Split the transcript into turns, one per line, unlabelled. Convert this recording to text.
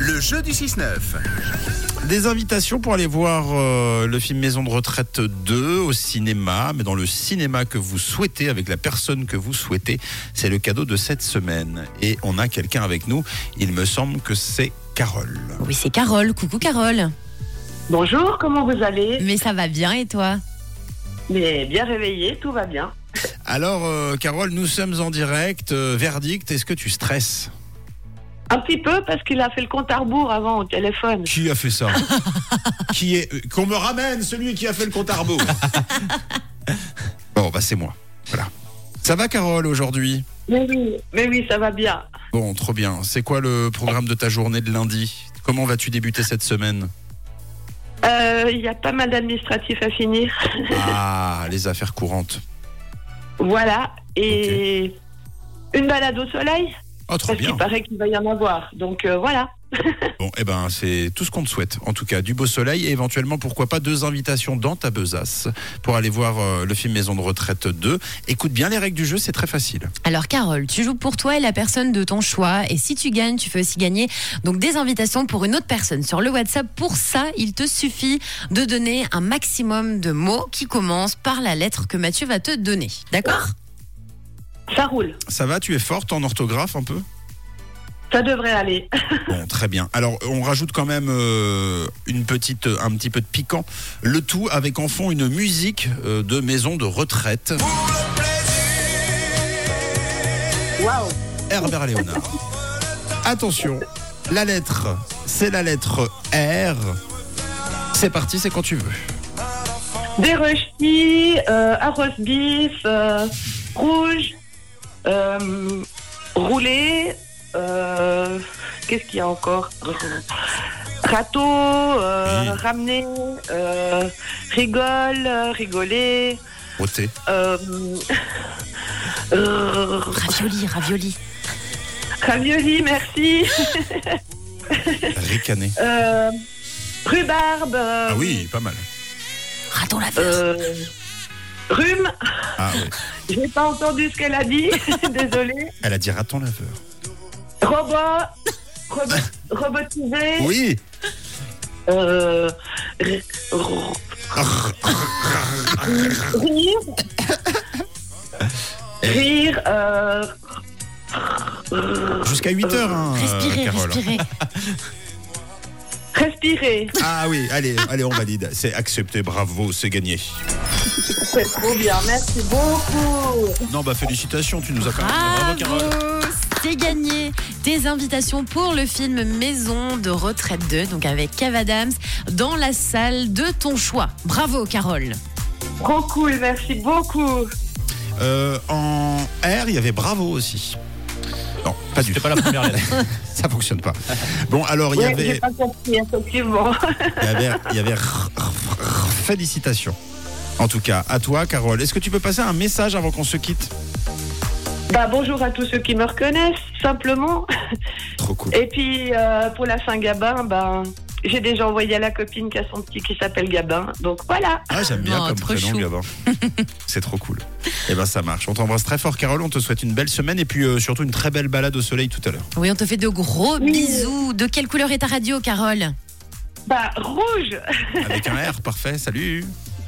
Le jeu du 6-9.
Des invitations pour aller voir euh, le film Maison de retraite 2 au cinéma, mais dans le cinéma que vous souhaitez, avec la personne que vous souhaitez. C'est le cadeau de cette semaine. Et on a quelqu'un avec nous. Il me semble que c'est Carole.
Oui, c'est Carole. Coucou Carole.
Bonjour, comment vous allez
Mais ça va bien et toi
Mais bien réveillé, tout va bien.
Alors, euh, Carole, nous sommes en direct. Euh, verdict, est-ce que tu stresses
Un petit peu parce qu'il a fait le compte à rebours avant au téléphone.
Qui a fait ça Qui est euh, Qu'on me ramène celui qui a fait le compte à rebours. bon, bah c'est moi. Voilà. Ça va, Carole, aujourd'hui
Mais oui, mais oui, ça va bien.
Bon, trop bien. C'est quoi le programme de ta journée de lundi Comment vas-tu débuter cette semaine
Euh, Il y a pas mal d'administratifs à finir.
Ah, les affaires courantes.
Voilà. Et une balade au soleil
Oh, trop
Parce
bien.
qu'il paraît qu'il va y en avoir. Donc euh, voilà.
Bon, eh ben, c'est tout ce qu'on te souhaite. En tout cas, du beau soleil et éventuellement, pourquoi pas, deux invitations dans ta besace pour aller voir euh, le film Maison de retraite 2. Écoute bien les règles du jeu, c'est très facile.
Alors Carole, tu joues pour toi et la personne de ton choix. Et si tu gagnes, tu fais aussi gagner donc des invitations pour une autre personne sur le WhatsApp. Pour ça, il te suffit de donner un maximum de mots qui commencent par la lettre que Mathieu va te donner. D'accord
Ça roule.
Ça va, tu es forte en orthographe un peu
Ça devrait aller.
Bon, très bien. Alors, on rajoute quand même euh, une petite, euh, un petit peu de piquant. Le tout avec en fond une musique euh, de Maison de retraite.
Waouh.
Herbert Léonard. Attention, la lettre, c'est la lettre R. C'est parti, c'est quand tu veux.
Des rochis, euh, un roast beef, euh, rouge, euh, roulé. euh, Qu'est-ce qu'il y a encore Râteau, euh,
Oui.
ramener, euh, rigole, euh, rigoler.
Roté.
Euh, euh,
Ravioli, ravioli.
ravioli, merci.
Ricané.
Euh, rhubarbe. euh,
Ah oui, pas mal.
Raton laveur.
euh, rhume.
Ah oui.
J'ai pas entendu ce qu'elle a dit. Désolée.
Elle a dit raton laveur.
Robot. Robot- robotisé.
Oui.
Euh, r- r- rire. Rire. euh,
Jusqu'à 8 heures, hein, euh,
Respirez,
Carole.
respirez.
respirer.
Ah oui, allez, allez, on valide. C'est accepté, bravo, c'est gagné.
C'est trop bien. Merci beaucoup.
Non, bah félicitations, tu nous as quand même.
Bravo, c'est gagné des invitations pour le film Maison de retraite 2, donc avec Kev Adams, dans la salle de ton choix. Bravo Carole.
Trop cool. Merci beaucoup.
Euh, en R, il y avait bravo aussi. Non, pas du tout.
pas la première lettre.
Ça fonctionne pas. Bon, alors il y
Ouais,
avait.
J'ai pas compris, effectivement.
Il y avait, il y avait rrr, rrr, rrr. félicitations. En tout cas, à toi, Carole. Est-ce que tu peux passer un message avant qu'on se quitte
Bah, bonjour à tous ceux qui me reconnaissent, simplement.
Trop cool.
Et puis, euh, pour la Saint-Gabin, ben, j'ai déjà envoyé à la copine qui a son petit qui s'appelle Gabin. Donc voilà.
Ah, j'aime bien
Oh,
comme
trop
prénom,
chou.
Gabin. C'est trop cool. Eh ben, ça marche. On t'embrasse très fort, Carole. On te souhaite une belle semaine et puis euh, surtout une très belle balade au soleil tout à l'heure.
Oui, on te fait de gros
Oui.
bisous. De quelle couleur est ta radio, Carole
Bah, rouge
Avec un R, parfait. Salut.